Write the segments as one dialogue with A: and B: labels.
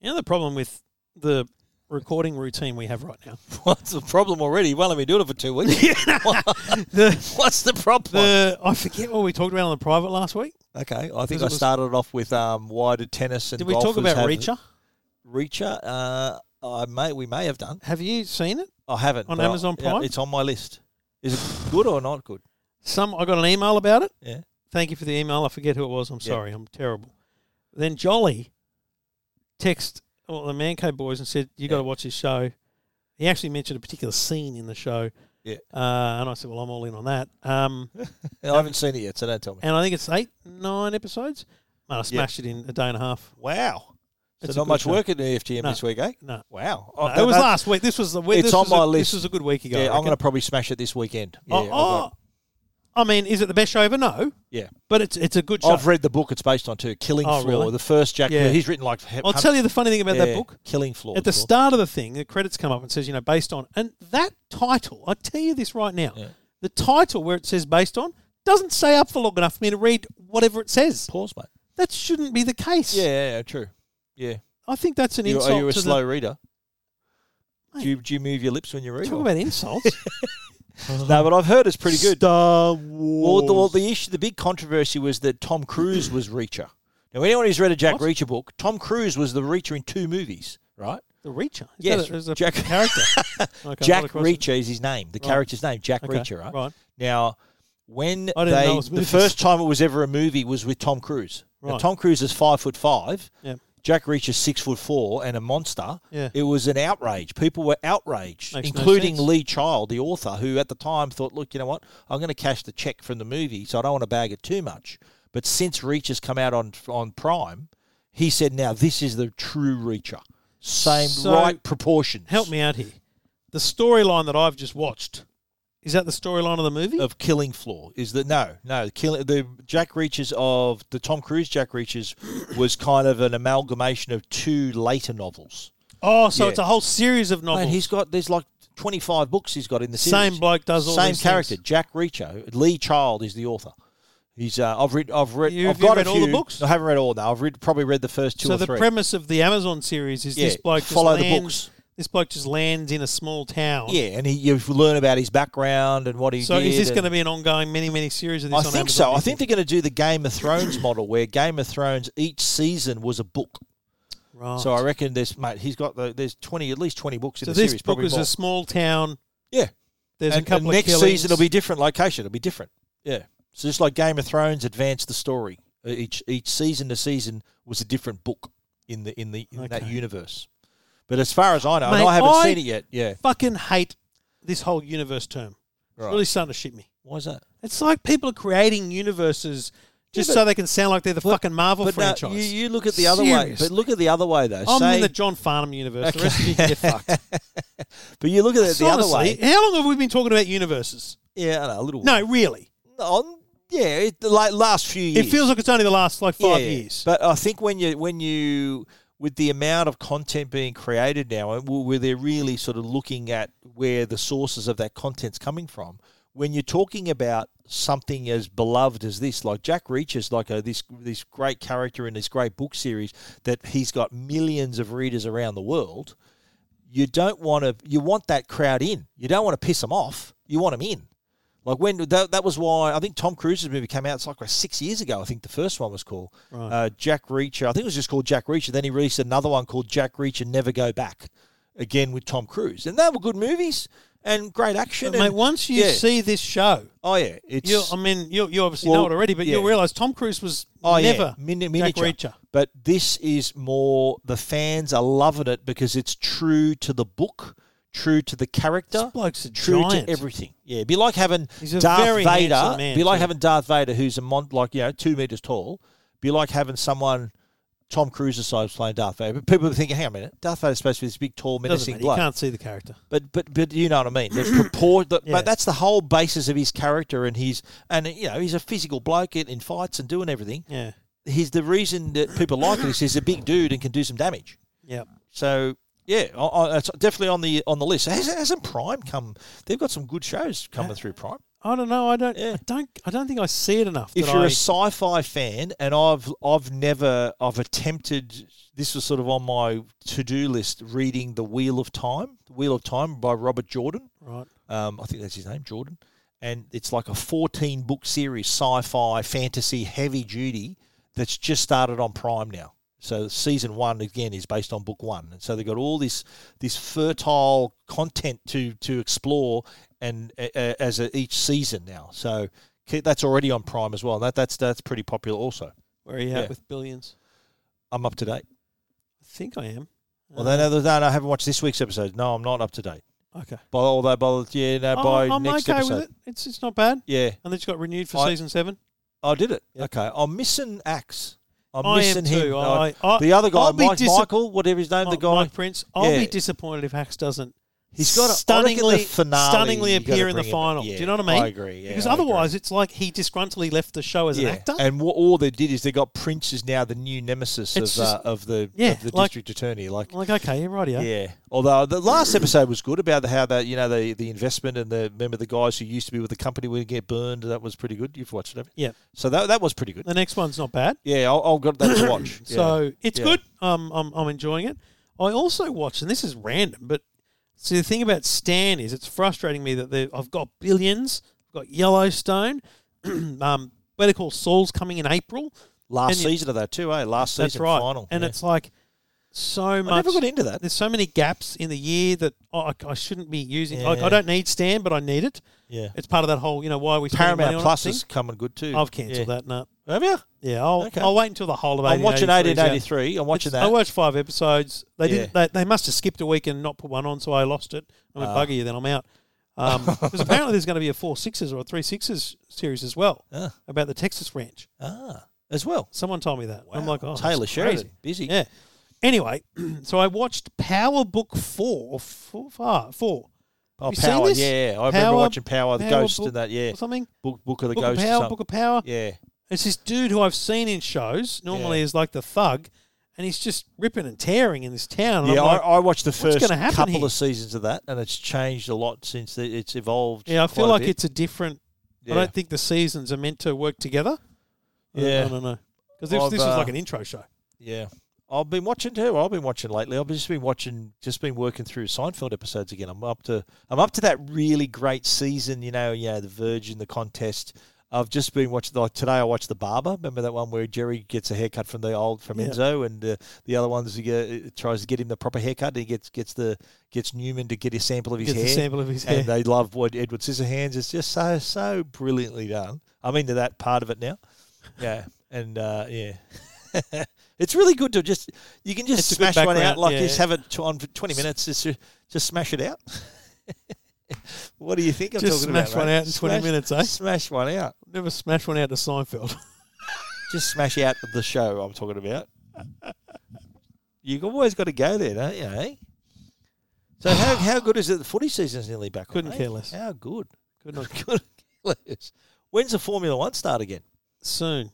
A: You know the problem with the recording routine we have right now?
B: What's the problem already? Well, let me do it for two weeks.
A: the,
B: What's the problem?
A: the, I forget what we talked about on the private last week.
B: Uh, okay, I think
A: it
B: I
A: was-
B: started off with um, why do tennis and
A: Did we talk
B: golfers
A: about
B: have-
A: Reacher?
B: Reacher, uh, I may we may have done.
A: Have you seen it?
B: I haven't
A: On
B: but I-
A: Amazon
B: yeah,
A: Prime?
B: it's on my list. Is it good or not good?
A: Some I got an email about it.
B: Yeah.
A: Thank you for the email. I forget who it was. I'm
B: Yeah.
A: sorry. I'm terrible. Then Jolly text well, the Man Cave boys and said, "You got to
B: Yeah.
A: watch this show." He actually mentioned a particular scene in the show.
B: Yeah.
A: Uh, and I said, "Well, I'm all in on that." Um,
B: I haven't seen it yet, so don't tell me.
A: and I think it's eight, nine episodes. Man, I smashed it in a day and a half.
B: Wow. So
A: It's a
B: not
A: good
B: much
A: show.
B: work in the FGM
A: No.
B: this week, eh?
A: No,
B: Wow.
A: No, it Oh, was last week. This was the week.
B: It's
A: this
B: on
A: was
B: my
A: a,
B: list.
A: This was a good week ago.
B: Yeah,
A: I
B: I'm going to
A: reckon.
B: probably smash it this weekend. Yeah,
A: Oh,
B: I've
A: oh,
B: got-
A: I mean, is it the best show ever? No,
B: yeah.
A: but it's it's a good show.
B: I've read the book it's based on too, Killing
A: Oh,
B: Floor.
A: really?
B: The first Jack,
A: Yeah.
B: he's written like
A: I'll tell you the funny thing about that book.
B: Killing Floor.
A: At the
B: it's called.
A: start of the thing, the credits come up and says, you know, based on, and that title, I tell you this right now,
B: Yeah.
A: the title where it says based on doesn't stay up for long enough for me to read whatever it says.
B: pause, mate.
A: That shouldn't be the case.
B: Yeah, yeah, yeah, true. Yeah,
A: I think that's an
B: you,
A: insult.
B: are you oh, a
A: to the-
B: slow reader?
A: Mate.
B: Do you, do you move your lips when you read?
A: talk
B: or-
A: about insults.
B: no, but I've heard it's pretty good.
A: Star
B: Well,
A: Wars.
B: the, well, the issue, the big controversy was that Tom Cruise was Reacher. Now, anyone who's read a Jack
A: What?
B: Reacher book, Tom Cruise was the Reacher in two movies, right?
A: The Reacher. Is
B: Yes,
A: that a, is a
B: Jack-
A: character. Okay, not a
B: Jack
A: question.
B: Reacher is his name, the character's name, Jack
A: Okay,
B: Reacher, right?
A: Right.
B: Now, when
A: I didn't
B: they
A: know it was
B: the
A: movies.
B: first time it was ever a movie was with Tom Cruise. Now,
A: Right.
B: Tom Cruise is five foot five.
A: Yeah.
B: Jack Reacher's six foot four and a monster.
A: Yeah.
B: It was an outrage. People were outraged,
A: Makes no
B: including
A: sense.
B: Lee Child, the author, who at the time thought, "Look, you know what? I'm going to cash the check from the movie, so I don't want to bag it too much." But since Reacher's come out on on Prime, he said, "Now this is the true Reacher, same
A: So-
B: right proportions."
A: Help me out here. The storyline that I've just watched is that the storyline of the movie?
B: of Killing Floor is that no, no, kill, the Jack Reaches of the Tom Cruise Jack Reaches was kind of an amalgamation of two later novels.
A: oh, so
B: yeah.
A: it's a whole series of novels.
B: Mate, he's got there's like twenty five books he's got in the series.
A: Same bloke does all
B: same
A: these
B: character.
A: things.
B: Jack Reacher, Lee Child is the author. He's uh, I've read I've read
A: You-
B: I've
A: have you
B: got
A: read
B: a
A: all
B: few,
A: the books?
B: I haven't read all now. I've read probably read the first two
A: so
B: or
A: the
B: three.
A: premise of the Amazon series is
B: Yeah,
A: this bloke just
B: follow the
A: lands,
B: books.
A: This bloke just lands in a small town.
B: yeah, and he, you learn about his background and what he
A: So
B: did.
A: is this
B: and-
A: going to be an ongoing many many series of this?
B: I
A: on
B: think
A: Amazon,
B: so.
A: you
B: I think they're going to do the Game of Thrones model, where Game of Thrones each season was a book.
A: Right.
B: So I reckon there's mate. He's got the, there's twenty at least twenty books in
A: Oh, So
B: the
A: this
B: series.
A: book
B: probably
A: is
B: more.
A: a small town.
B: yeah.
A: There's
B: and,
A: a couple
B: and next
A: of
B: season it'll
A: killings.
B: be different location. It'll be different. Yeah. So just like Game of Thrones, advance the story. Uh, Each each season to season was a different book in the in the in that
A: Okay.
B: universe. But as far as I know, and
A: Mate,
B: I haven't
A: I-
B: seen it yet. Yeah.
A: Fucking hate this whole universe term. It's
B: Right.
A: really starting to shit me.
B: Why is that?
A: It's like people are creating universes just
B: but-
A: so they can sound like they're the fucking Marvel
B: But no,
A: franchise.
B: you, you look at the other way. But
A: Seriously.
B: look at the other way though.
A: I'm
B: Say-
A: in the John Farnham universe.
B: Okay.
A: The rest of you can get fucked.
B: but you look at it the other
A: Honestly,
B: way.
A: how long have we been talking about universes?
B: Yeah, I know, a little.
A: No, really.
B: on yeah, it, the like last few years.
A: It feels like it's only the last like five
B: Yeah, yeah.
A: years.
B: But I think when you when you with the amount of content being created now, and where they're really sort of looking at where the sources of that content's coming from. When you're talking about something as beloved as this, like Jack Reacher's, like a, this this great character in this great book series that he's got millions of readers around the world, you don't want to. You want that crowd in. You don't want to piss them off. You want them in. Like when that, that was why I think Tom Cruise's movie came out. It's like what, six years ago. I think the first one was called uh, Jack Reacher. I think it was just called Jack Reacher. Then he released another one called Jack Reacher Never Go Back, again with Tom Cruise. And they were good movies and great action.
A: But, mate,
B: and-
A: once you
B: yeah.
A: see this show,
B: oh yeah, it's
A: you I mean you you obviously know it
B: Well,
A: already, but
B: yeah.
A: you'll realise Tom Cruise was
B: Oh yeah,
A: never
B: Mini-
A: Jack
B: miniature.
A: Reacher.
B: But this is more the fans are loving it because it's true to the book, true to the character,
A: This bloke's a
B: true
A: giant.
B: to everything. Yeah, it'd be like having
A: He's a
B: Darth
A: very
B: Vader.
A: handsome man,
B: be like
A: too.
B: having Darth Vader, who's a mon- like you know two meters tall. Be like having someone. Tom Cruise's size playing Darth Vader. But people are thinking, hang on a minute, Darth Vader's supposed to be this big, tall,
A: Doesn't
B: menacing
A: matter. You
B: bloke.
A: can't see the character.
B: But but but you know what I mean. The purport, the,
A: Yeah.
B: But that's the whole basis of his character, and he's and you know he's a physical bloke in, in fights and doing everything
A: Yeah.
B: he's the reason that people like him is he's a big dude and can do some damage.
A: Yeah.
B: So yeah, I, I, it's definitely on the on the list. Has, hasn't Prime come? They've got some good shows coming through Prime.
A: I don't know. I don't.
B: Yeah.
A: I don't. I don't think I see it enough.
B: if
A: that
B: you're a
A: I-
B: a sci-fi fan, and I've I've never I've attempted this was sort of on my to-do list reading the Wheel of Time, the Wheel of Time by Robert Jordan.
A: right.
B: Um, I think that's his name, Jordan, and it's like a 14 book series, sci-fi, fantasy, heavy duty that's just started on Prime now. So season one again is based on book one, and so they've got all this this fertile content to to explore, and uh, uh, as a, each season now. So ke- that's already on Prime as well. That that's that's pretty popular also.
A: Where are you at
B: Yeah.
A: with billions?
B: I'm up to date.
A: I think I am.
B: Well,
A: Uh,
B: no, no, no, no, I haven't watched this week's episode. No, I'm not up to date.
A: okay.
B: By although, by yeah, no,
A: I'm-
B: by
A: Oh, I'm
B: next
A: okay
B: episode.
A: with it. It's it's not bad.
B: Yeah,
A: And they just got renewed for
B: I-
A: season seven.
B: I Oh, did it.
A: Yeah.
B: Okay, I'm missing Axe. I'm
A: I am
B: missing him.
A: too.
B: I-
A: I, I,
B: the other guy,
A: I'll be
B: Mike
A: disa-
B: Michael, whatever his name, the
A: Mike-
B: guy.
A: Mike Prince. I'll
B: Yeah.
A: be disappointed if Hax doesn't.
B: he's got a,
A: stunningly-
B: I reckon the finale,
A: stunningly
B: you gotta
A: appear in the
B: bring him-
A: final. Do
B: yeah,
A: you know what I mean?
B: I agree. yeah,
A: because
B: I agree.
A: otherwise, it's like he disgruntledly left the show as
B: Yeah.
A: an actor.
B: and what all they did is they got Prince is now the new nemesis of,
A: It's
B: uh, of the
A: yeah,
B: of the
A: like-
B: district attorney. Like,
A: I'm like, okay, right here.
B: yeah. Although the last episode was good about the, how that you know the the investment and the remember the guys who used to be with the company would get burned. That was pretty good. You've watched it, haven't you?
A: Yeah.
B: So that that was pretty good.
A: The next one's not bad.
B: Yeah, I'll, I'll got that to watch. Yeah.
A: So it's
B: Yeah.
A: good. Um, I'm, I'm enjoying it. I also watched, and this is random, but see the thing about Stan is it's frustrating me that they- I've got billions, I've got Yellowstone, um, Better Call Saul's coming in April.
B: last
A: and you-
B: season of that too, eh? Last
A: That's
B: season
A: right.
B: final,
A: and
B: yeah.
A: it's like so
B: I
A: much.
B: never got into that.
A: There's so many gaps in the year that I, I shouldn't be using. Like,
B: Yeah.
A: I don't need Stan, but I need it.
B: Yeah.
A: It's part of that whole, you know, why are we spending money
B: Paramount
A: on
B: Plus
A: it
B: is coming good too.
A: thing. I've cancelled that. No,
B: that. Have you?
A: yeah, I'll,
B: Okay.
A: I'll wait until the whole of
B: I'm watching
A: 1883 's out. oh,
B: 1883. I'm watching
A: I
B: that.
A: watched five episodes. They
B: Yeah.
A: didn't. They, they must have skipped a week and not put one on, so I lost it. I went
B: Ah.
A: bugger you, then I'm out. Because apparently there's going to be a four sixes or a three sixes series as well
B: Ah,
A: about the Texas ranch.
B: ah, as well.
A: Someone told me that. I'm
B: Wow.
A: like, oh, that's
B: Taylor Sheridan,
A: crazy.
B: busy.
A: Yeah. Anyway, so I watched Power Book four or four, five, four
B: Oh,
A: you seen
B: Power.
A: this?
B: Yeah, I
A: Power-
B: remember watching Power, Oh, the
A: Power
B: Ghost,
A: Book-
B: and that. Yeah,
A: or something.
B: Book, Book of the
A: Book
B: Ghost.
A: of
B: or
A: Power,
B: something.
A: Book of Power.
B: yeah,
A: It's this dude who I've seen in shows normally
B: Yeah.
A: is like the thug, and he's just ripping and tearing in this town. And
B: yeah.
A: I'm like,
B: I, I watched the
A: gonna
B: first
A: happen
B: couple
A: here?
B: of seasons of that, and it's changed a lot since the, it's evolved.
A: yeah, I
B: quite
A: feel
B: a
A: like
B: bit.
A: it's a different
B: Yeah.
A: I don't think the seasons are meant to work together. I don't-
B: Yeah.
A: I don't know. Because this,
B: I've,
A: this was
B: uh,
A: like an intro show.
B: yeah. I've been watching too. I've been watching lately. I've just been watching, just been working through Seinfeld episodes again. I'm up to, I'm up to that really great season. You know, yeah, the Virgin, the contest. I've just been watching. Like today, I watched the Barber. Remember that one where Jerry gets a haircut from the old from
A: Yeah.
B: Enzo, and uh, the other ones he uh, tries to get him the proper haircut. And he gets gets the gets Newman to get a sample of his
A: Gets a
B: hair.
A: sample of his hair.
B: and they love what Edward Scissorhands is just so so brilliantly done. I'm into that part of it now. Yeah, and uh, yeah, it's really good to just you can just
A: It's a good
B: smash one out
A: background,
B: like
A: yeah.
B: just have it t- on for 20 minutes. Just just smash it out. what do you think I'm
A: Just
B: talking
A: smash
B: about?
A: one
B: mate?
A: out in 20
B: Smash-
A: minutes, eh?
B: Smash one out.
A: Never smash one out to Seinfeld.
B: Just smash out the show I'm talking about. You've always got to go there, don't you? Eh? So how, how good is it? The footy season's nearly back. on,
A: Couldn't
B: eh?
A: care less.
B: How good.
A: Could not
B: Good goodness. When's the Formula One start again?
A: soon.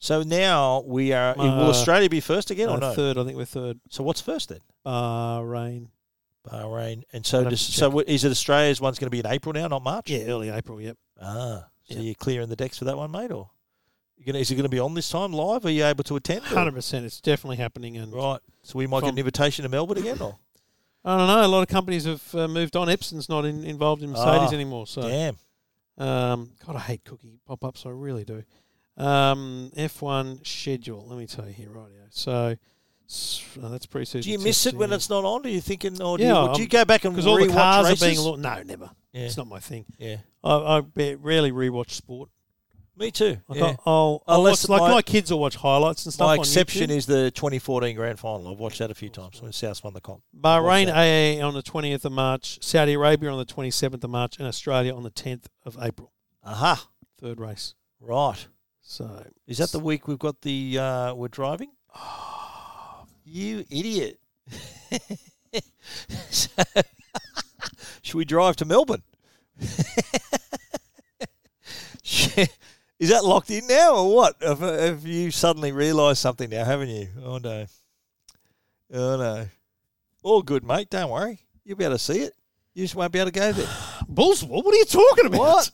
B: So now we are. will
A: Uh,
B: Australia be first again or
A: Uh,
B: no?
A: Third, I think we're third. Uh,
B: So what's first then?
A: Bahrain.
B: Bahrain. And so
A: I'd have
B: does,
A: to
B: so what- is it Australia's one's going to be in April now, not March?
A: Yeah, early April. Yep.
B: Ah, so
A: Yeah.
B: you're clearing the decks for that one, mate, or you gonna, is it going to be on this time live? Are you able to attend? or-
A: Hundred percent. It's definitely happening. And
B: Right. So we might get
A: From-
B: an invitation to Melbourne again, or
A: I don't know. A lot of companies have uh, moved on. Epson's not in, involved in Mercedes
B: Ah,
A: anymore. So
B: damn.
A: Um, God, I hate cookie pop ups. I really do. Um, F1 schedule. Let me tell you here, rightio. So s- uh, that's pre season.
B: Do you miss it when it's not on? Are you thinking, or do,
A: Yeah,
B: you, do
A: I'm-
B: you go back and
A: because
B: rewatch
A: all the cars
B: races?
A: are being looked? No, never.
B: yeah,
A: It's not my thing.
B: yeah.
A: I, I ba- rarely rewatch sport.
B: Me too.
A: Like
B: yeah.
A: I'll, I'll
B: Unless
A: watch, like
B: my-
A: my, kids will watch highlights and stuff.
B: My
A: on
B: exception
A: YouTube.
B: is the 2014 Grand Final. I've watched that a few times when South won the comp. watch
A: Bahrain
B: that.
A: AA on the twentieth of March, Saudi Arabia on the twenty seventh of March, and Australia on the tenth of April.
B: Aha!
A: Third race.
B: Right.
A: So
B: Is that the week we've got the uh, we're driving? you idiot! So- should we drive to Melbourne? Is that locked in now or what? Have, have you suddenly realised something now, haven't you? Oh no! Oh no! All good, mate. Don't worry. You'll be able to see it. You just won't be able to go there.
A: Bullswall? What are you talking about?
B: What?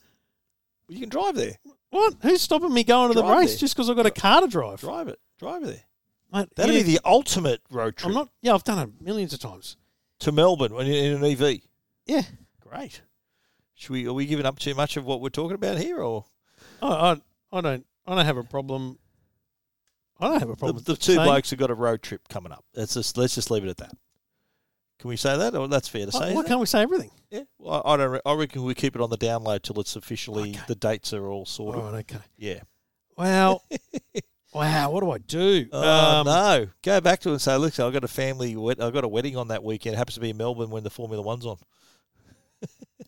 B: You can drive there.
A: What? Who's stopping me going to the
B: Drive
A: race
B: there.
A: just because I've got a car to drive?
B: Drive it. Drive it there.
A: Mate,
B: That'd
A: yeah,
B: be the ultimate road trip
A: I'm not. Yeah, I've done it millions of times.
B: to Melbourne in, in an EV.
A: Yeah.
B: Great. Should we? Are we giving up too much of what we're talking about here, or
A: I, I, I don't. I don't have a problem. I don't have a
B: the,
A: problem.
B: the two
A: saying-
B: blokes have got a road trip coming up? Let's just let's just leave it at that. Can we say that? Or that's fair
A: Why,
B: to say.
A: why
B: isn't it?
A: can't we say everything?
B: Yeah, well, I I don't. Re- I reckon we keep it on the download till it's officially the dates are all sorted.
A: All right. Okay.
B: Yeah.
A: Wow. wow. What do I do?
B: Oh, no, go back to it and say, look, I've got a family. Wed- I've got a wedding on that weekend. It happens to be in Melbourne when the Formula One's on.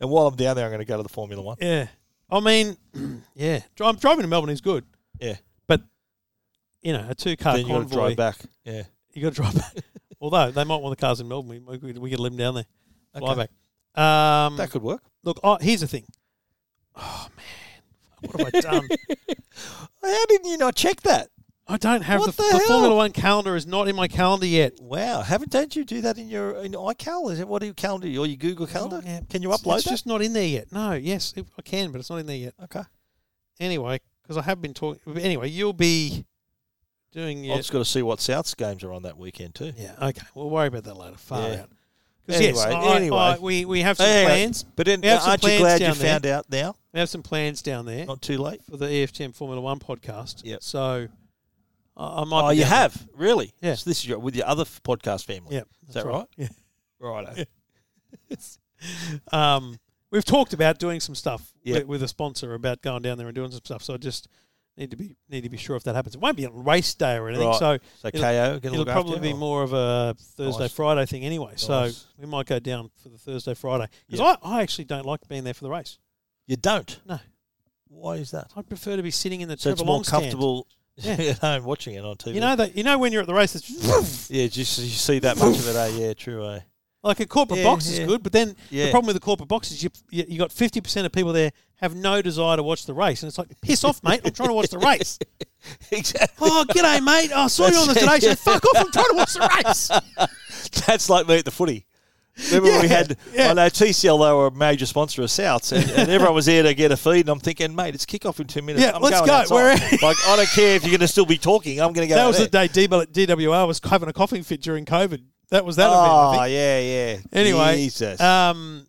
B: and while I'm down there, I'm going to go to the Formula One.
A: Yeah. I mean, yeah. Dri- Driving to Melbourne is good.
B: Yeah.
A: But you know, a two-car
B: then you got to
A: convoy.
B: drive back. Yeah.
A: You got to drive back. Although they might want the cars in Melbourne, we, we, could- we could let them down there. Fly
B: Okay.
A: back. Um,
B: That could work.
A: look, oh, here's the thing. Oh man, what have I done?
B: How didn't you not check that?
A: I don't have the,
B: What
A: the,
B: the hell?
A: Formula One calendar is not in my calendar yet.
B: Wow. Haven't don't you do that in your in iCal? Is it what do you calendar or your Google calendar?
A: yeah.
B: Can you upload
A: it's
B: that?
A: just not in there yet. No, yes, it, I can, but it's not in there yet.
B: okay.
A: Anyway, because I have been talking. Anyway, you'll be doing your
B: I've just got to see what South's games are on that weekend too.
A: Yeah, okay. We'll worry about that later. Far
B: Yeah.
A: out. 'Cause yes,
B: Anyway,
A: I- I-
B: anyway.
A: we, we have some
B: Hey,
A: plans.
B: But then, uh,
A: We have some
B: aren't you
A: plans
B: glad you
A: down there.
B: found out now?
A: We have some plans down there
B: Not too late.
A: for the E EFTM Formula One podcast.
B: Oh. Yep.
A: So I, I might.
B: Oh,
A: be
B: you
A: down there.
B: have really?
A: Yeah.
B: So this is your, with your other f- podcast family.
A: Yeah,
B: Is that
A: that's
B: right?
A: Yeah.
B: Right.
A: Um, we've talked about doing some stuff
B: Yep.
A: with, with a sponsor about going down there and doing some stuff. So I just need to be need to be sure if that happens. It won't be on race day or anything.
B: Right.
A: So
B: So
A: It'll-
B: KO going to
A: it'll
B: look
A: probably
B: after
A: be
B: you, or-
A: more of a Thursday
B: Nice.
A: Friday thing anyway. So
B: Nice.
A: we might go down for the Thursday Friday because
B: Yep.
A: I, I actually don't like being there for the race.
B: You don't.
A: No.
B: Why is that?
A: I would prefer to be sitting in the
B: So it's
A: Trevor
B: more
A: Long stand.
B: comfortable
A: Yeah.
B: at home watching it on TV.
A: You know that you know when you're at the race, it's
B: Yeah, just you see that much of it. Eh? Yeah, true. Eh?
A: like a corporate
B: Yeah,
A: box
B: yeah.
A: is good, but then
B: Yeah.
A: the problem with the corporate box is you you, you got fifty percent of people there have no desire to watch the race, and it's like piss off, mate. I'm trying to watch the race.
B: exactly.
A: Oh, g'day, mate. I saw you on the Today Show. Fuck off. I'm trying to watch the race.
B: That's like me at the footy. Remember when we
A: Yeah,
B: had,
A: yeah.
B: I know TCL, they were a major sponsor of Souths, and, and everyone was there to get a feed. And I'm thinking, mate, it's kickoff in two minutes.
A: Yeah,
B: I'm
A: let's
B: going
A: go.
B: outside."
A: We're-
B: like, I don't care if you're going to still be talking. I'm going to go.
A: That was the
B: there.
A: day D- DWR was having a coughing fit during COVID. That was that
B: oh,
A: event. I think.
B: yeah, yeah.
A: Anyway,
B: Jesus.
A: Um,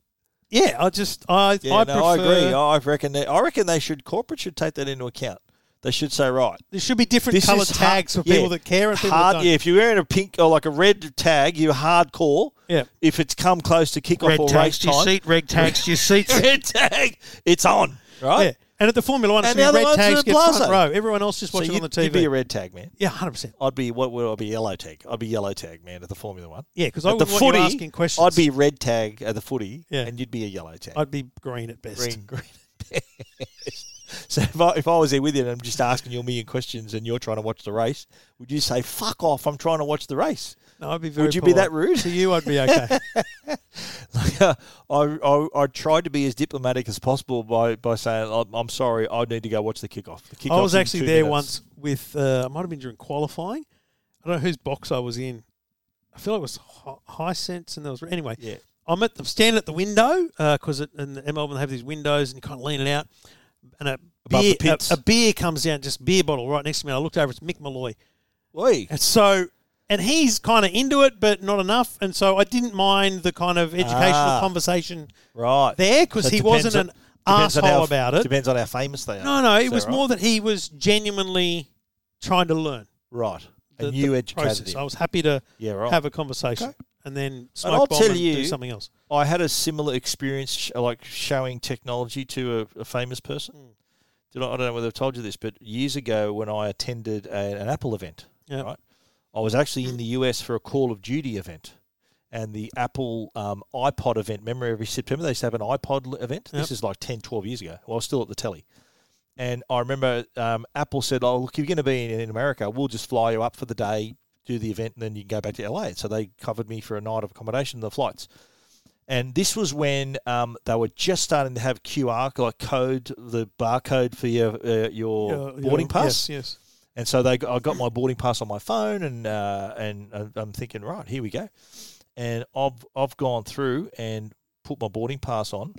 A: yeah, I just I
B: yeah,
A: I
B: no,
A: prefer.
B: I agree. I reckon. They, I reckon they should. Corporate should take that into account. They should say, right,
A: There should be different
B: this
A: color
B: is hard-
A: tags for
B: yeah,
A: people that care and people
B: hard.
A: that don't.
B: Yeah, if you're wearing a pink or like a red tag, you're hardcore.
A: Yeah.
B: If it's come close to kickoff or race time,
A: Red tags to your seats.
B: red tag, it's on. Right.
A: Yeah. And at the Formula One, it's
B: And the
A: gonna be red
B: other ones are
A: tags
B: the
A: get front
B: Plaza.
A: row. Everyone else just
B: So
A: watching
B: you'd,
A: on the TV.
B: you'd be a red tag man.
A: yeah, hundred percent.
B: I'd be what would I be yellow tag? I'd be yellow tag man at the Formula One.
A: Yeah, because I
B: At the
A: wouldn't want
B: footy,
A: you asking questions.
B: I'd be red tag at the footy,
A: Yeah.
B: and you'd be a yellow tag.
A: I'd be green at best.
B: green, green. so if I, if I was there with you and I'm just asking you a million questions and you're trying to watch the race, would you say "fuck off"? I'm trying to watch the race.
A: No, I'd be very.
B: Would you be that
A: polite.
B: rude?
A: to you? I'd be okay.
B: Like, uh, I, I I tried to be as diplomatic as possible by, by saying "I'm- I'm sorry, I need to go watch the kickoff. The
A: I
B: kickoff's
A: was
B: in
A: actually
B: two
A: there
B: minutes."
A: once with. Uh, I might have been during qualifying. I don't know whose box I was in. I feel like it was Hi- high sense, and there was anyway.
B: Yeah,
A: I'm at. I'm standing at the window because it in the- in Melbourne they have these windows and you kind of lean it out, and a
B: Above
A: beer,
B: the pits.
A: A, a beer comes down, just beer bottle right next to me. And I looked over. It's Mick Malloy.
B: Oi.
A: And so, and he's kind of into it, but not enough. And so I didn't mind the kind of educational
B: Ah.
A: conversation
B: right
A: there because
B: So it
A: he
B: depends
A: wasn't
B: on-
A: an
B: depends on
A: asshole
B: how-
A: about it.
B: Depends on how famous they are.
A: No, no,
B: Is
A: it
B: that
A: was
B: right?
A: more that he was genuinely trying to learn.
B: right.
A: The,
B: and you
A: the
B: educated
A: process.
B: him.
A: I was happy to
B: Yeah, right.
A: have a conversation
B: Okay.
A: and then smoke
B: I'll
A: bomb
B: tell
A: and
B: you-
A: do something else.
B: I had a similar experience, sh- like showing technology to a, a famous person. Did I, I don't know whether I've told you this, but years ago when I attended a, an Apple event,
A: Yeah.
B: right, I was actually in the US for a Call of Duty event and the Apple um, iPod event. Remember every September they used to have an iPod l- event? This is like 10, 12 years ago. Well, I was still at the telly. And I remember um, Apple said, "Oh, look, if you're going to be in, in America, we'll just fly you up for the day, do the event, and then you can go back to LA." So they covered me for a night of accommodation, and the flights. And this was when um, they were just starting to have QR co- like code, the barcode for your uh, your
A: Yeah, yeah,
B: boarding pass.
A: Yes, yes.
B: And so they, I got my boarding pass on my phone, and uh, and I- I'm thinking, right, here we go. And I've I've gone through and put my boarding pass on,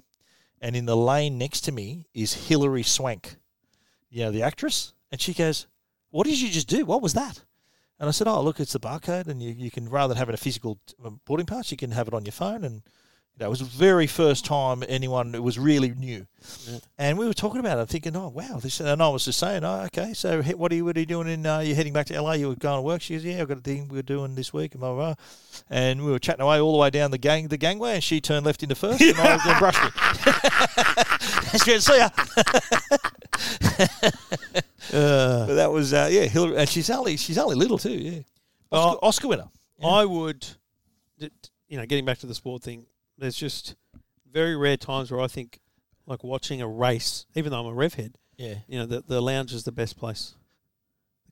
B: and in the lane next to me is Hilary Swank, you know, the actress. And she goes, What did you just do? What was that? And I said, Oh, look, it's the barcode. And you, you can, rather than having a physical um, boarding pass, you can have it on your phone. And you know, it was the very first time anyone, it was really new.
A: Yeah.
B: And we were talking about it, thinking, Oh, wow. This, and I was just saying, Oh, okay. So he- what are you, what are you doing? In, uh, you're heading back to LA? You were going to work? She goes, Yeah, I've got a thing we're doing this week. And blah, blah, blah. And we were chatting away all the way down the gang, the gangway. And she turned left into first. And I then brushed me. And she went, See ya.
A: Uh,
B: But that was uh, yeah, Hillary, and she's only she's only little too. Yeah, Oscar,
A: Oh.
B: Oscar winner. Yeah.
A: I would, d- d- you know, getting back to the sport thing, there's just very rare times where I think, like watching a race, even though I'm a rev head,
B: Yeah,
A: you know, the, the lounge is the best place.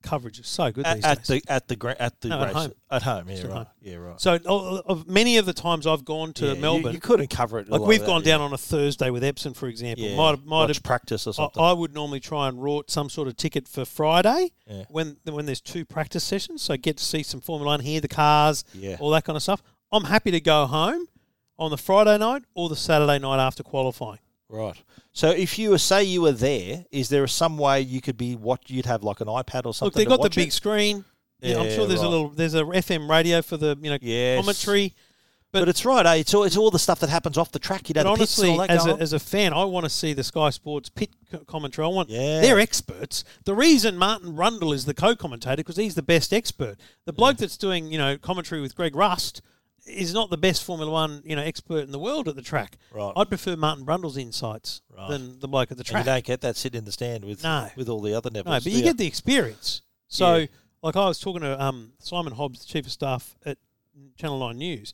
A: The coverage is so good
B: at,
A: these
B: at
A: days.
B: the at the gra- at the
A: No, at
B: race
A: home.
B: at home. Yeah,
A: Just
B: right.
A: at home.
B: Yeah, right.
A: so o- of many of the times I've gone to
B: Yeah, you-
A: Melbourne,
B: you, couldn't cover it.
A: like we've gone down on a Thursday with Epsom, for example.
B: Yeah,
A: Might have- might
B: watch
A: have, Oh,
B: practice or
A: I,
B: something.
A: I would normally try and rort some sort of ticket for Friday
B: Yeah.
A: when when there's two practice sessions, so get to see some Formula One, hear the cars,
B: yeah,
A: all that kind of stuff. I'm happy to go home on the Friday night or the Saturday night after qualifying.
B: right. So if you were say you were there, is there some way you could be what you'd have like an iPad or something?
A: Look, they've
B: to
A: got the
B: watch
A: big
B: it?
A: screen. Yeah, I'm
B: Yeah,
A: sure there's a
B: right.
A: little there's a FM radio for the you know
B: Yes.
A: commentary.
B: but, it's right. Eh? It's all it's all the stuff that happens off the track. You know,
A: But
B: the pits and
A: honestly,
B: all that
A: as
B: going
A: a,
B: on.
A: as a fan, I want to see the Sky Sports pit co- commentary. I want
B: Yeah.
A: they're experts. The reason Martin Rundle is the co-commentator because he's the best expert. The bloke that's doing you know commentary with Greg Rust is not the best Formula One you know expert in the world at the track.
B: Right.
A: I'd prefer Martin Rundle's insights
B: Right.
A: than the bloke at the
B: and you
A: track.
B: don't get that sitting in the stand with
A: No.
B: with all the other Neville's.
A: No, but
B: do
A: you get the experience. So,
B: Yeah.
A: like I was talking to um, Simon Hobbs, the chief of staff at Channel Nine News,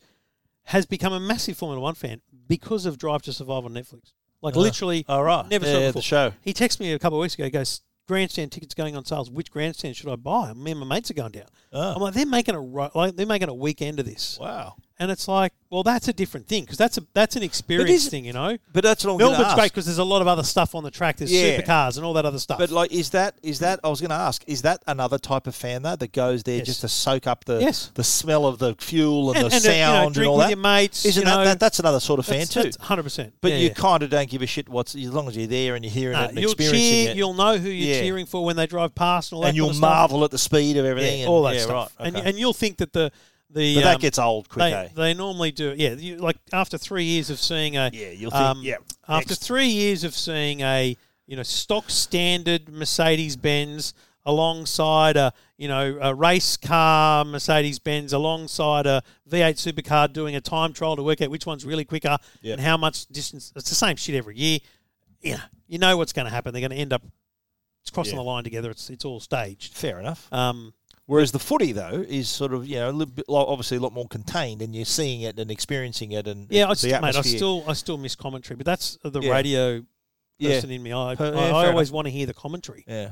A: has become a massive Formula One fan because of Drive to Survive on Netflix. Like
B: Ah.
A: literally,
B: all right.
A: never
B: yeah,
A: saw
B: yeah,
A: before.
B: the show.
A: he texted me a couple of weeks ago. He goes, "Grandstand tickets going on sales. Which grandstand should I buy?" Me and my mates are going down.
B: Ah.
A: I'm like, they're making a ro- like they're making a weekend of this,
B: Wow.
A: and it's like, well, that's a different thing because that's a that's an experience
B: is-
A: thing, you know.
B: But that's what I'm going to
A: Melbourne's
B: ask.
A: great because there's a lot of other stuff on the track. There's
B: Yeah.
A: supercars and all that other stuff.
B: But like, is that is that I was going to ask? Is that another type of fan though that goes there
A: Yes.
B: just to soak up the
A: Yes.
B: the smell of the fuel and, the
A: uh, you know,
B: sound
A: drink
B: and all
A: with
B: that?
A: your mates,
B: Isn't
A: you
B: that,
A: know,
B: that that's another sort of fan too?
A: Hundred percent. Uh,
B: but you kind of don't give a shit what's as long as you're there and you're hearing it and
A: you'll
B: experiencing
A: cheer.
B: it,
A: You'll know who you're
B: Yeah.
A: cheering for when they drive past, and all that.
B: and you'll
A: kind of stuff.
B: marvel at the speed of everything,
A: Yeah,
B: and,
A: all that
B: yeah,
A: stuff.
B: Right, okay.
A: And, and you'll think that the the
B: but
A: um,
B: that gets old quick. eh?
A: they, they normally do. Yeah, you, like after three years of seeing a
B: yeah, you'll think.
A: um,
B: yeah,
A: after
B: next.
A: three years of seeing a you know stock standard Mercedes Benz alongside a you know a race car Mercedes Benz alongside a V8 supercar doing a time trial to work out which one's really quicker
B: Yeah.
A: and how much distance. It's the same shit every year. Yeah, you know what's going to happen. They're going to end up it's crossing
B: Yeah.
A: the line together. It's it's all staged.
B: fair enough.
A: Um,
B: Whereas the footy though is sort of you know a little bit, like, obviously a lot more contained, and you're seeing it and experiencing it, and
A: yeah, I
B: the
A: still, mate, I
B: atmosphere.
A: still I still miss commentary, but that's the
B: Yeah.
A: radio
B: Yeah.
A: person in me. I,
B: Per- yeah,
A: I, I
B: fair
A: always want to hear the commentary.
B: Yeah.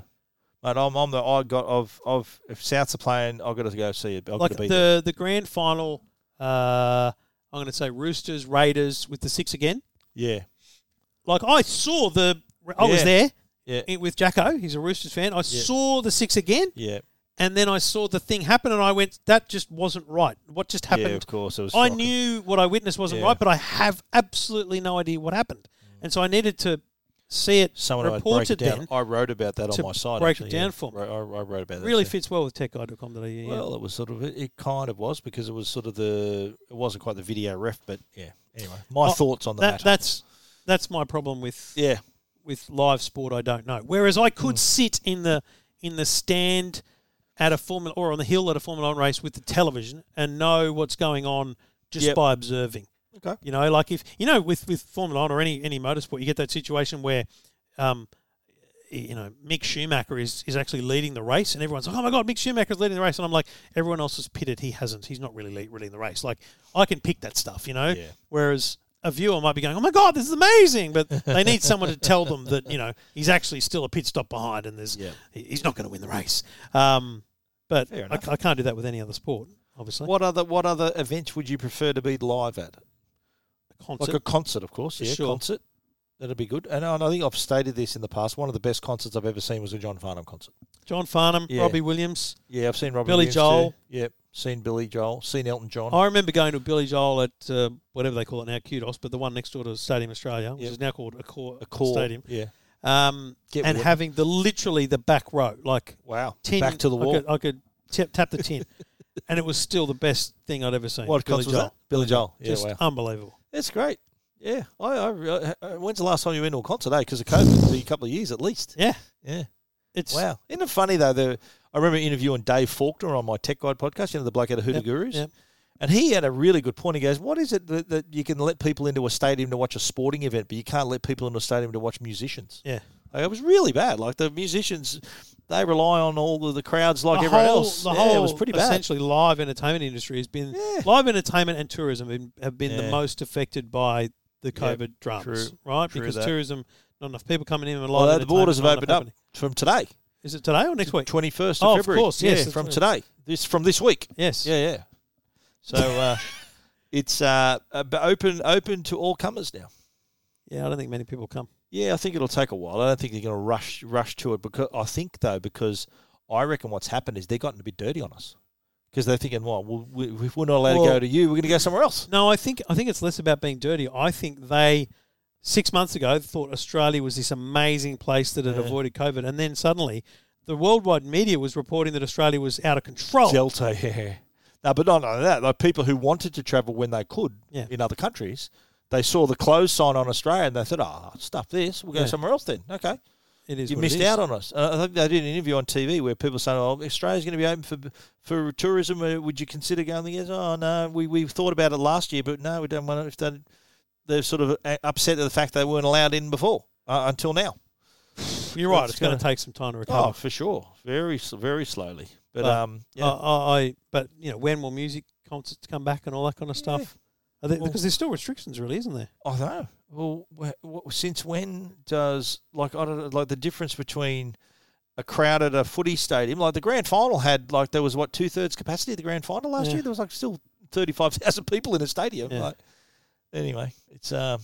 B: Mate, I'm, I'm the I got of of if Souths are playing, I've got to go see it. I've
A: like
B: got to be
A: the
B: there.
A: the grand final. Uh, I'm going to say Roosters Raiders with the six again.
B: Yeah.
A: Like I saw the, I was
B: Yeah.
A: there
B: Yeah.
A: in- with Jacko. He's a Roosters fan. I saw the six again,
B: Yeah.
A: and then I saw the thing happen, and I went, that just wasn't right. What just
B: Yeah, of
A: happened?
B: course. It was
A: I
B: shocking.
A: knew what I witnessed wasn't
B: Yeah.
A: right, but I have absolutely no idea what happened, and so I needed to see it
B: someone
A: reported
B: reported I,
A: then.
B: down. Oh, I wrote about that
A: to
B: on my site.
A: break it
B: actually,
A: down
B: yeah.
A: for me.
B: I, I I wrote about that.
A: Really
B: too.
A: fits well with techguide.com.au. Yeah.
B: Well, it was sort of it, it kind of was because it was sort of the it wasn't quite the video ref, but yeah. Anyway, my
A: Oh,
B: thoughts on the
A: that,
B: matter.
A: that's that's my problem with
B: yeah.
A: with live sport I don't know. Whereas I
B: Hmm.
A: could sit in the in the stand at a Formula or on the hill at a Formula One race with the television and know what's going on just
B: Yep.
A: by observing.
B: Okay.
A: You know, like if you know with with Formula One or any any motorsport, you get that situation where. Um, you know, Mick Schumacher is, is actually leading the race, and everyone's like, "Oh my god, Mick Schumacher's leading the race!" And I'm like, "Everyone else has pitted; he hasn't. He's not really lead, leading the race." Like, I can pick that stuff, you know.
B: Yeah.
A: Whereas a viewer might be going, "Oh my god, this is amazing," but they need someone to tell them that you know he's actually still a pit stop behind, and there's
B: Yeah.
A: he- he's not going to win the race. Um, but
B: Fair
A: I,
B: enough.
A: I can't do that with any other sport, obviously.
B: What other what other events would you prefer to be live at?
A: Concert.
B: Like a concert, of course. Yeah,
A: Sure.
B: concert. That'd be good. And I and I think I've stated this in the past. One of the best concerts I've ever seen was a John Farnham concert.
A: John Farnham,
B: Yeah.
A: Robbie Williams.
B: Yeah, I've seen Robbie
A: Billy
B: Williams
A: Joel.
B: Too. Oh, Yeah, seen Billy Joel, seen Elton John.
A: I remember going to Billy Joel at uh, whatever they call it now, Kudos, but the one next door to Stadium Australia, which
B: Yep.
A: is now called Accor,
B: Accor,
A: Stadium,
B: Yeah.
A: um,
B: Get
A: and
B: wood.
A: having the literally the back row, like
B: Wow.
A: tin
B: Back to the
A: I
B: wall.
A: could- I could, tip, tap the tin, and it was still the best thing I'd ever seen.
B: What
A: Billy
B: concert was
A: Joel,
B: that? Billy Joel. Yeah.
A: just
B: wow.
A: unbelievable.
B: That's great. Yeah. I, I, re- uh When's the last time you went to a concert? Eh? Because of COVID, it's been a couple of years at least.
A: Yeah,
B: Yeah.
A: it's
B: Wow. Isn't it funny though? The, I remember interviewing Dave Faulkner on my Tech Guide podcast. You know the bloke out of Hoodoo
A: Yep,
B: Gurus.
A: yep.
B: And he had a really good point. He goes, "What is it that, that you can let people into a stadium to watch a sporting event, but you can't let people into a stadium to watch musicians?"
A: yeah.
B: Like, it was really bad. Like the musicians, they rely on all of the crowds like everyone else.
A: The
B: yeah,
A: whole
B: it was pretty bad.
A: Essentially, live entertainment industry has been
B: Yeah.
A: live entertainment and tourism have been, have been the
B: Yeah.
A: most affected by the COVID drums,
B: true-
A: right?
B: true
A: because
B: that.
A: tourism, not enough people coming in, and live.
B: Although the borders have
A: entertainment,
B: opened
A: not
B: up
A: enough happening.
B: from today,
A: Is it today or next week?
B: twenty first
A: Oh,
B: of
A: of
B: February.
A: course, yes,
B: yeah,
A: that's
B: from
A: right.
B: today. This from this week.
A: Yes.
B: Yeah, yeah. So uh, it's uh, uh, but open open to all comers now.
A: Yeah, I don't think many people come.
B: Yeah, I think it'll take a while. I don't think they're going to rush rush to it because I think though because I reckon what's happened is they've gotten a bit dirty on us because they're thinking, well, we, we- if we're not allowed to
A: Well-
B: go to you, we're going to go somewhere else.
A: No, I think I think it's less about being dirty. I think they six months ago thought Australia was this amazing place that had
B: Yeah.
A: avoided COVID, and then suddenly the worldwide media was reporting that Australia was out of control.
B: Delta, yeah. No, but not only that, like people who wanted to travel when they could
A: Yeah.
B: in other countries, they saw the close sign on Australia and they thought, oh, stuff this, we'll go
A: Yeah.
B: somewhere else then. Okay.
A: It is
B: you
A: what it
B: missed
A: is.
B: out on us. Uh, I think they did an interview on TV where people saying, "Oh, Australia's going to be open for for tourism. Uh, Would you consider going?" there?" Yes. Oh no, we we thought about it last year, but no, we don't want to. If they they're sort of uh, upset at the fact they weren't allowed in before uh, until now.
A: You're right.
B: It's
A: It's, going to
B: gonna-
A: take some time to recover.
B: Oh, for sure, very s- very slowly. But
A: Well,
B: um, yeah.
A: I, I, I, but you know, when will music concerts come back and all that kind of stuff? I think,
B: Well-
A: because there's still restrictions, really, isn't there?
B: I know. Well, wh- wh- since when does like I don't know, like the difference between a crowd at a footy stadium, like the grand final had like there was what two thirds capacity at the grand final last
A: Yeah.
B: year. There was like still thirty five thousand people in a stadium.
A: Yeah.
B: Like, anyway, it's um,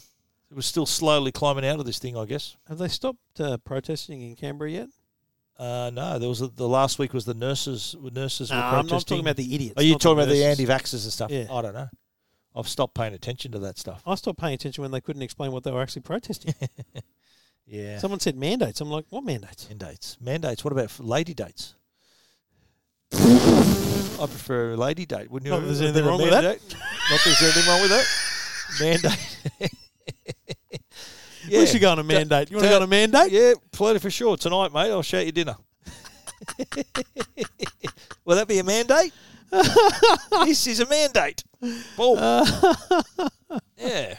B: it was still slowly climbing out of this thing, I guess.
A: Have they stopped uh, protesting in Canberra yet?
B: Uh, no, there was a, the last week was the nurses nurses
A: Nah,
B: were
A: I'm
B: protesting.
A: not talking about the idiots.
B: Are you
A: not the
B: talking about the
A: nurses.
B: anti vaxxers and stuff?
A: Yeah.
B: I don't know. I've stopped paying attention to that stuff.
A: I stopped paying attention when they couldn't explain what they were actually protesting.
B: Yeah.
A: Someone said mandates. I'm like, what mandates?
B: Mandates. Mandates. What about f- lady dates? I prefer a lady date. Wouldn't you?
A: Not that there's
B: Is there
A: anything
B: a
A: wrong with that.
B: mandate? Not that there's anything wrong with that. Mandate.
A: Unless you go on a mandate. You want to go on a mandate?
B: Yeah, plenty for sure. Tonight, mate, I'll shout you dinner. Will that be a mandate? this is a mandate. Boom. yeah.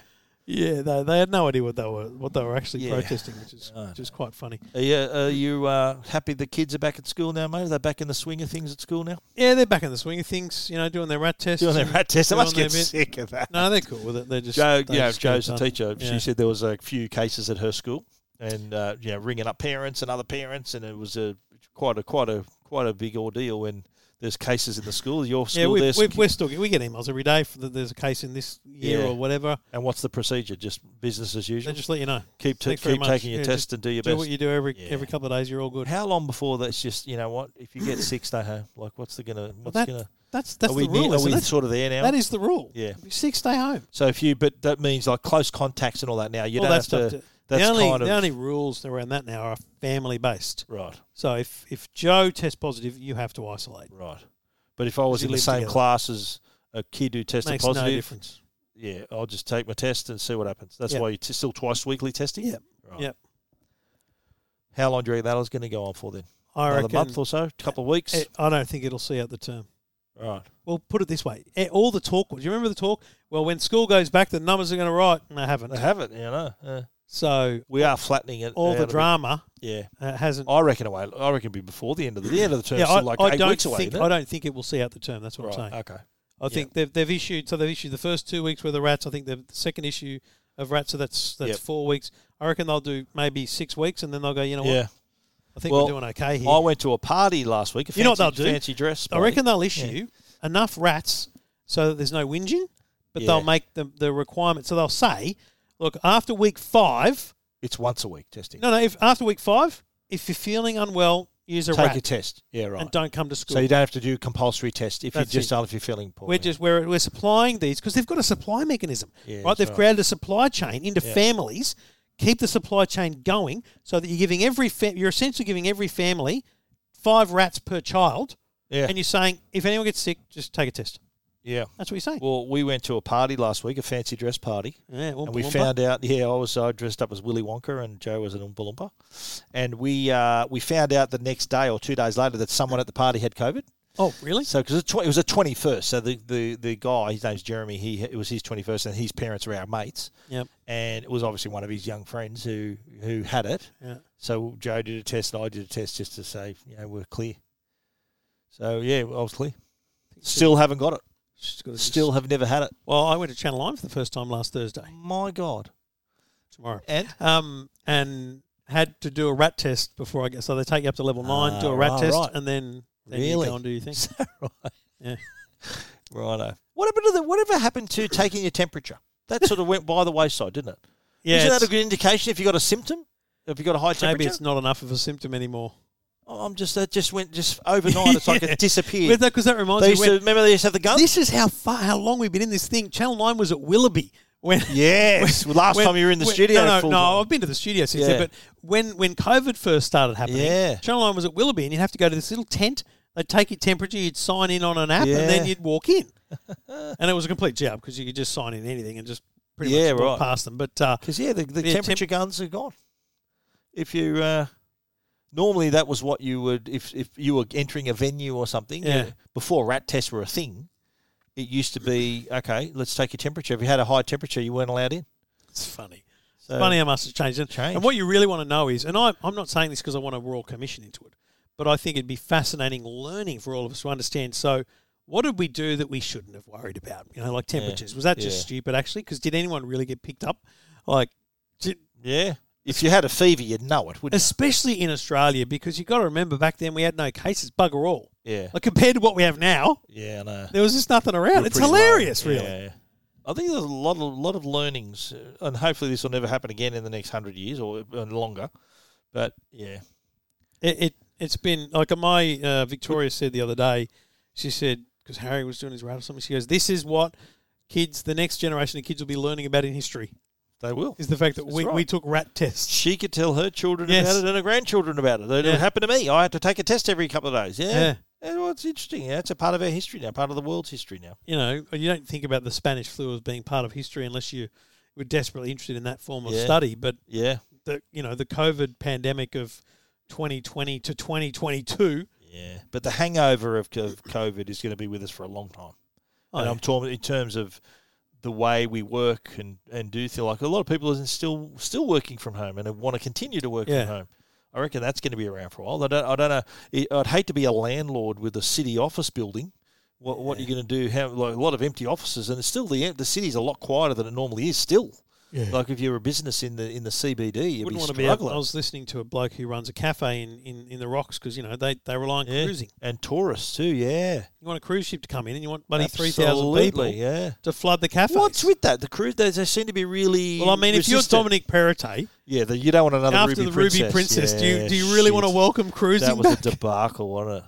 A: Yeah, they, they had no idea what they were what they were actually
B: Yeah.
A: protesting, which is
B: I
A: which is quite funny.
B: Are you, are you uh, happy the kids are back at school now, mate? Are they back in the swing of things at school now?
A: Yeah, they're back in the swing of things. You know, doing their rat tests.
B: Doing their
A: and-
B: rat test. I
A: doing
B: must
A: their
B: get
A: bit.
B: sick of that.
A: No, they're cool with it. They're just
B: Joe,
A: they
B: yeah,
A: just get it
B: Joe's the
A: done.
B: teacher.
A: Yeah.
B: She said there was a few cases at her school, and uh, you know, ringing up parents and other parents, and it was a quite a quite a quite a big ordeal when there's cases in the school, your school,
A: Yeah, we,
B: their
A: we,
B: school.
A: we're still get- we get emails every day for that there's a case in this year
B: Yeah.
A: or whatever.
B: and what's the procedure? Just business as
A: They
B: usual.
A: just let you know.
B: keep t-
A: thanks very
B: keep
A: much.
B: taking your
A: Yeah,
B: test and do your
A: Do
B: best.
A: what you do every
B: Yeah.
A: every couple of days. You're all good.
B: How long before that's just you know what? If you get sick, stay home. Like what's the gonna what's
A: that-
B: gonna?
A: That's that's
B: are
A: the
B: we
A: rule.
B: near, are
A: isn't
B: we
A: it?
B: sort of there now?
A: That is the rule.
B: yeah.
A: If you're sick, stay home.
B: So if you but that means like close contacts and all that. Now you
A: all
B: don't
A: that
B: have
A: stuff.
B: to.
A: too.
B: That's
A: the only
B: kind of
A: the only rules around that now are family based.
B: right.
A: So if if Joe tests positive, you have to isolate.
B: Right. But if I was
A: you
B: in the
A: live
B: same
A: together.
B: class as a kid who tested
A: Makes no
B: positive,
A: difference.
B: yeah, I'll just take my test and see what happens. That's
A: Yep.
B: why you're t- still twice weekly testing?
A: Yep.
B: Right.
A: Yep.
B: How long do you reckon that is going to go on for then?
A: I
B: Another
A: reckon.
B: month or so? A couple of weeks?
A: it- I don't think it'll see out the term.
B: right.
A: Well, put it this way: eh, all the talk. was- Do you remember the talk? Well, when school goes back, the numbers are going to rise. And they haven't.
B: They haven't, you know. Uh,
A: So
B: we are flattening it.
A: all
B: out
A: the
B: a bit.
A: drama
B: Yeah.
A: uh, hasn't.
B: I reckon away. I reckon it'll be before the end of the, the end of the term.
A: yeah,
B: still
A: I,
B: like
A: I
B: eight
A: don't
B: weeks away.
A: think
B: isn't
A: I
B: it?
A: don't think it will see out the term. That's what I'm
B: right.
A: saying.
B: Okay.
A: I think they've they've issued so they've issued the first two weeks where the rats. I think the second issue of rats. So that's that's
B: Yep.
A: four weeks. I reckon they'll do maybe six weeks, and then they'll go. You know what?
B: yeah.
A: I think
B: Well,
A: we're doing okay here.
B: I went to a party last week. A fancy,
A: You know what they'll do?
B: Fancy dress.
A: I
B: party.
A: reckon they'll issue enough rats so that there's no whinging, but
B: Yeah.
A: they'll make the the requirement. So they'll say, look, after week five.
B: it's once a week testing.
A: No, no. If after week five, if you're feeling unwell, use a
B: take
A: rat
B: a test. Yeah, right.
A: and don't come to school.
B: So you don't have to do compulsory test if
A: That's
B: you just
A: it.
B: are if you're feeling poorly.
A: We're just we're, we're supplying these because they've got a supply mechanism,
B: Yeah,
A: right?
B: that's
A: They've
B: right.
A: created a supply chain into
B: Yeah.
A: families. Keep the supply chain going so that you're giving every fa- you're essentially giving every family five rats per child,
B: yeah,
A: and you're saying if anyone gets sick, just take a test.
B: yeah.
A: That's what you're saying.
B: Well, we went to a party last week, a fancy dress party,
A: yeah, Oompa
B: and we
A: Loompa.
B: found out. Yeah, I was I dressed up as Willy Wonka, and Joe was an Oompa Loompa, and we uh, we found out the next day or two days later that someone at the party had COVID.
A: Oh, really?
B: So because it was a twenty first, so the, the the guy, his name's Jeremy. He it was his twenty first, and his parents were our mates,
A: Yep.
B: and it was obviously one of his young friends who who had it.
A: Yeah.
B: So Joe did a test, and I did a test just to say, you know, we're clear. So yeah, I was clear. Still haven't got it.
A: She's got a-
B: Still have never had it.
A: Well, I went to Channel Nine for the first time last Thursday.
B: My God.
A: Tomorrow.
B: And
A: um, and had to do a rat test before I get. So they take you up to level nine, do a rat
B: Ah,
A: test,
B: right.
A: and then, then you
B: Really?
A: go and do your thing.
B: right.
A: Yeah.
B: Righto. What happened to the, whatever happened to taking your temperature? That sort of went by the wayside, didn't it?
A: Yeah,
B: Isn't that a
A: it's-
B: good indication if you got a symptom? If you got a high temperature?
A: maybe it's not enough of a symptom anymore.
B: Oh, I'm just that just went just overnight. It's like
A: Yeah.
B: it
A: Because
B: disappeared.
A: that, 'cause that reminds
B: They
A: me,
B: used to,
A: when,
B: remember they used to have the gun.
A: this is how far, how long we've been in this thing. Channel Nine was at Willoughby when.
B: Yes, well, last
A: when-
B: time you were in the
A: when-
B: studio.
A: No, no,
B: full
A: no.
B: time.
A: I've been to the studio since
B: Yeah.
A: then. But when when COVID first started happening,
B: Yeah.
A: Channel Nine was at Willoughby, and you'd have to go to this little tent. They'd take your temperature, you'd sign in on an app, and
B: Yeah.
A: then you'd walk in. and it was a complete jab because you could just sign in anything and just pretty
B: Yeah,
A: much
B: right.
A: walk past them. But uh,
B: Because yeah, the, the
A: Yeah, temp-
B: temperature guns are gone. If you uh, normally that was what you would if if you were entering a venue or something
A: Yeah.
B: uh, before rat tests were a thing. It used to be okay. Let's take your temperature. If you had a high temperature, you weren't allowed in.
A: It's funny.
B: So-
A: funny how much has changed. And,
B: Changed.
A: and what you really want to know is, and I, I'm not saying this because I want a royal commission into it, but I think it'd be fascinating learning for all of us to understand. So, what did we do that we shouldn't have worried about? You know, like temperatures. Was that just
B: Yeah.
A: stupid, actually? Because did anyone really get picked up? Like, did,
B: Yeah. If you had a fever, you'd know it, wouldn't
A: especially in Australia, because you got to remember back then we had no cases, bugger all.
B: you? Yeah.
A: Like, compared to what we have now,
B: Yeah. I know.
A: there was just nothing around. it's
B: pretty low.
A: hilarious, really.
B: Yeah. I think there's a lot of lot of learnings, uh, and hopefully this will never happen again in the next hundred years or uh, longer. But yeah,
A: It, it it's been like my uh, Victoria said the other day. She said because Harry was doing his rat or something. She goes, "This is what kids, the next generation of kids, will be learning about in history
B: they will.
A: is the fact that
B: That's
A: we,
B: right.
A: we took rat tests."
B: She could tell her children
A: Yes.
B: about it and her grandchildren about it. It
A: Yeah.
B: happened to me. I had to take a test every couple of days. Yeah.
A: Yeah.
B: Yeah, well, it's interesting. Yeah, it's a part of our history now, part of the world's history now.
A: You know, you don't think about the Spanish flu as being part of history unless you were desperately interested in that form of
B: Yeah.
A: study. But
B: Yeah.
A: the you know the COVID pandemic of 2020 to 2022.
B: Yeah. But the hangover of, of COVID is going to be with us for a long time.
A: Oh,
B: and
A: yeah.
B: I'm talking in terms of the way we work and, and do things. Like a lot of people are still still working from home and want to continue to work
A: Yeah.
B: from home. I reckon that's going to be around for a while. I don't, I don't know. I- I'd hate to be a landlord with a city office building. What, what are you going to do? How like a lot of empty offices, and it's still the the city's a lot quieter than it normally is. Still,
A: Yeah.
B: like if you're a business in the in the CBD, you'd
A: Wouldn't
B: be
A: want to be. out-
B: struggling.
A: I was listening to a bloke who runs a cafe in, in, in the rocks because you know they, they rely on
B: Yeah.
A: cruising.
B: and tourists too. Yeah,
A: You want a cruise ship to come in, and you want bloody three thousand
B: Absolutely,
A: people
B: Yeah,
A: to flood the cafes.
B: what's with that? The crew they, they seem to be really.
A: Well, I mean, if you're
B: resistant.
A: Dominic Perrottet
B: Yeah, the, you don't want another
A: after
B: Ruby
A: the
B: Princess.
A: Ruby Princess, do
B: Yeah,
A: you do you really want to
B: shit.
A: welcome cruising
B: That was
A: back?
B: a debacle, wasn't it?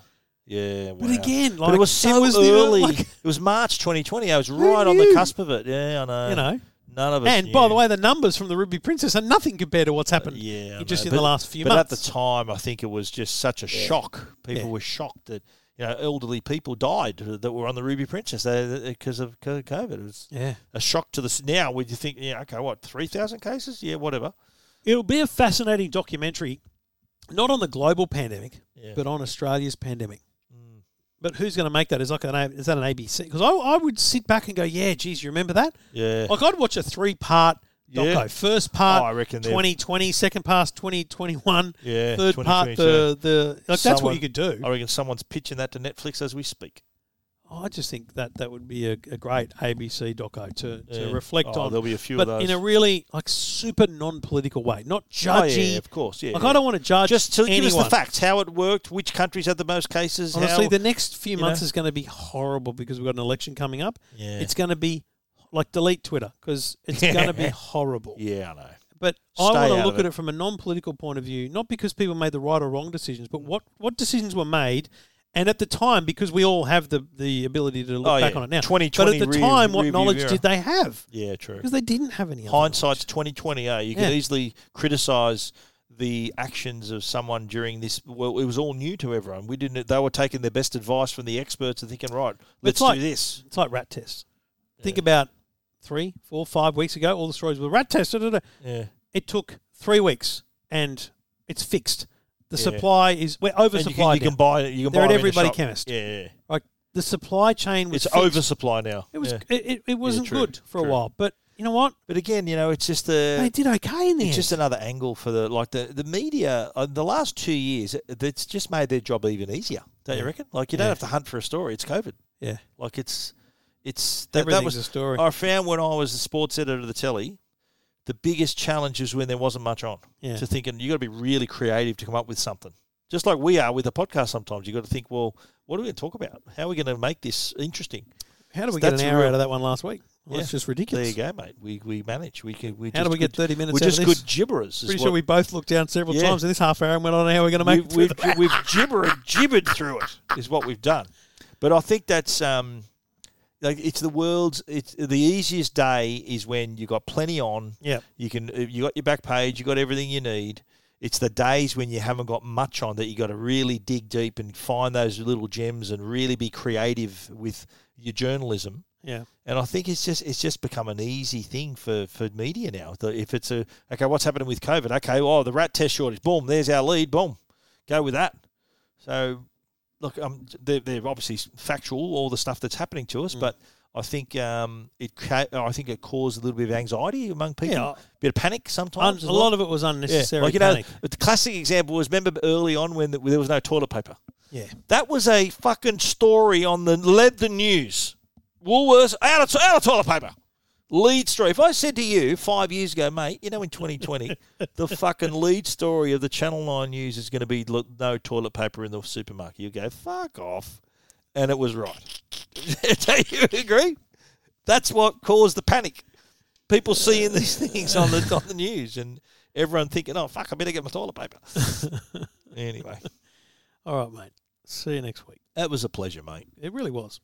B: Yeah,
A: but
B: wow.
A: again, like
B: But it was so
A: the ear-
B: early.
A: like,
B: it was March 2020. I was right on the
A: knew?
B: cusp of it. Yeah, I know.
A: you know.
B: none of us.
A: And by
B: knew.
A: the way, the numbers from the Ruby Princess are nothing compared to what's happened.
B: Uh, yeah, I
A: just
B: know.
A: in the
B: But-
A: last few
B: but
A: months.
B: at the time, I think it was just such a shock. People
A: Yeah.
B: were shocked that you know elderly people died that were on the Ruby Princess because of co- COVID. It was
A: yeah,
B: a shock to the s- now. Would you think? Yeah, okay, what three thousand cases? Yeah, whatever.
A: it'll be a fascinating documentary, not on the global pandemic,
B: Yeah. Mm.
A: but on Australia's pandemic. But who's going to make that? Is like an A- is that an ABC? Because I, I would sit back and go, yeah, geez, you remember that?
B: Yeah,
A: Like I'd watch a three part doco.
B: Yeah.
A: First part,
B: Oh, I reckon they're-
A: 2020, second part, 2021,
B: yeah.
A: third part,
B: 2022.
A: the, the like that's what
B: Someone-
A: you could do.
B: I reckon someone's pitching that to Netflix as we speak.
A: Oh, I just think that that would be a, a great ABC doco to, to
B: Yeah.
A: reflect
B: Oh,
A: on,
B: There'll be a few
A: but
B: of those.
A: in a really like super non political way, not
B: Oh,
A: judgy.
B: yeah, of course. Yeah.
A: like
B: yeah.
A: I don't want to judge
B: just to
A: anyone.
B: give us the facts, how it worked, which countries had the most cases.
A: Honestly,
B: how,
A: the next few
B: you
A: months
B: know?
A: is going to be horrible because we've got an election coming up.
B: yeah,
A: It's going to be like delete Twitter because it's going to be horrible.
B: yeah, I know.
A: But I
B: Stay
A: want
B: out
A: to
B: of
A: look at
B: it.
A: it from a non-political point of view, not because people made the right or wrong decisions, but what, what decisions were made, and at the time, because we all have the, the ability to look
B: Oh,
A: back
B: yeah.
A: on it now. But
B: 2020
A: at the
B: rear-
A: time, what
B: rearview
A: knowledge
B: mirror.
A: did they have?
B: Yeah, true.
A: Because they didn't have any. Other
B: Hindsight's twenty twenty. Eh? You
A: Yeah.
B: can easily criticise the actions of someone during this. Well, it was all new to everyone. We didn't. They were taking their best advice from the experts and thinking, right, let's
A: like-
B: do this.
A: It's like rat tests. Think about three, four, five weeks ago, all the stories were rat tests. da, da, da.
B: Yeah.
A: It took three weeks, and it's fixed. The
B: Yeah.
A: supply is we're
B: And you
A: oversupplied.
B: can, you can
A: now.
B: buy it. You can
A: They're at
B: buy them in the
A: everybody
B: shop.
A: chemist.
B: Yeah, yeah.
A: like the supply chain was
B: It's
A: fixed.
B: oversupply now.
A: It was
B: Yeah.
A: it, it, it wasn't
B: true,
A: good for a
B: true.
A: while, but you know what?
B: But again, you know, it's just the
A: They did okay in the
B: It's
A: end.
B: just another angle for the like the the media. Uh, the last two years, it- it's just made their job even easier. Don't you
A: Yeah.
B: reckon? Like you don't
A: Yeah.
B: have to hunt for a story. It's COVID.
A: yeah,
B: Like it's it's that,
A: everything's
B: that was.
A: a story.
B: I found when I was the sports editor of the telly, the biggest challenge is when there wasn't much on.
A: yeah,
B: To thinking you got to be really creative to come up with something. Just like we are with a podcast, sometimes you got to think, well, what are we going to talk about? How are we going to make this interesting?
A: how do we get
B: so
A: an
B: that's
A: hour
B: real-
A: out of that one last week? Well,
B: Yeah.
A: That's just
B: There you
A: ridiculous.
B: go, mate. We we manage. We can. We
A: How do
B: just
A: we get
B: good-
A: thirty minutes?
B: We're
A: out
B: just
A: of this?
B: good gibberers. is
A: Pretty
B: what-
A: sure we both looked down several
B: Yeah.
A: times in this half hour and went on how we're going to make
B: we've,
A: it through
B: we've, we've gibbered, gibbered through it is what we've done. But I think that's um, like it's the world's. It's the easiest day is when you got plenty on.
A: Yeah.
B: you can. uh, You got your back page. You got everything you need. It's the days when you haven't got much on that you got to really dig deep and find those little gems and really be creative with your journalism.
A: Yeah.
B: And I think it's just it's just become an easy thing for, for media now. The- If it's a okay, what's happening with COVID? Okay, oh the rat test shortage. Boom, there's our lead. Boom, go with that. So look, um, they're, they're obviously factual all the stuff that's happening to
A: Mm.
B: us, but I think um it ca- I think it caused a little bit of anxiety among people,
A: Yeah.
B: bit of panic
A: Un-
B: sometimes.
A: a lot of it was unnecessary.
B: like you
A: panic.
B: know the classic example was remember early on when the, there was no toilet paper.
A: yeah,
B: That was a fucking story on the led the news. Woolworths out of out of toilet paper. Lead story. If I said to you five years ago, mate, you know, in 2020, the fucking lead story of the Channel Nine News is going to be look, no toilet paper in the supermarket, you go fuck off, and it was right. Do you agree? That's what caused the panic. People seeing these things on the on the news, and everyone thinking, oh fuck, I better get my toilet paper. anyway,
A: all right, mate. See you next week.
B: that was a pleasure, mate.
A: It really was.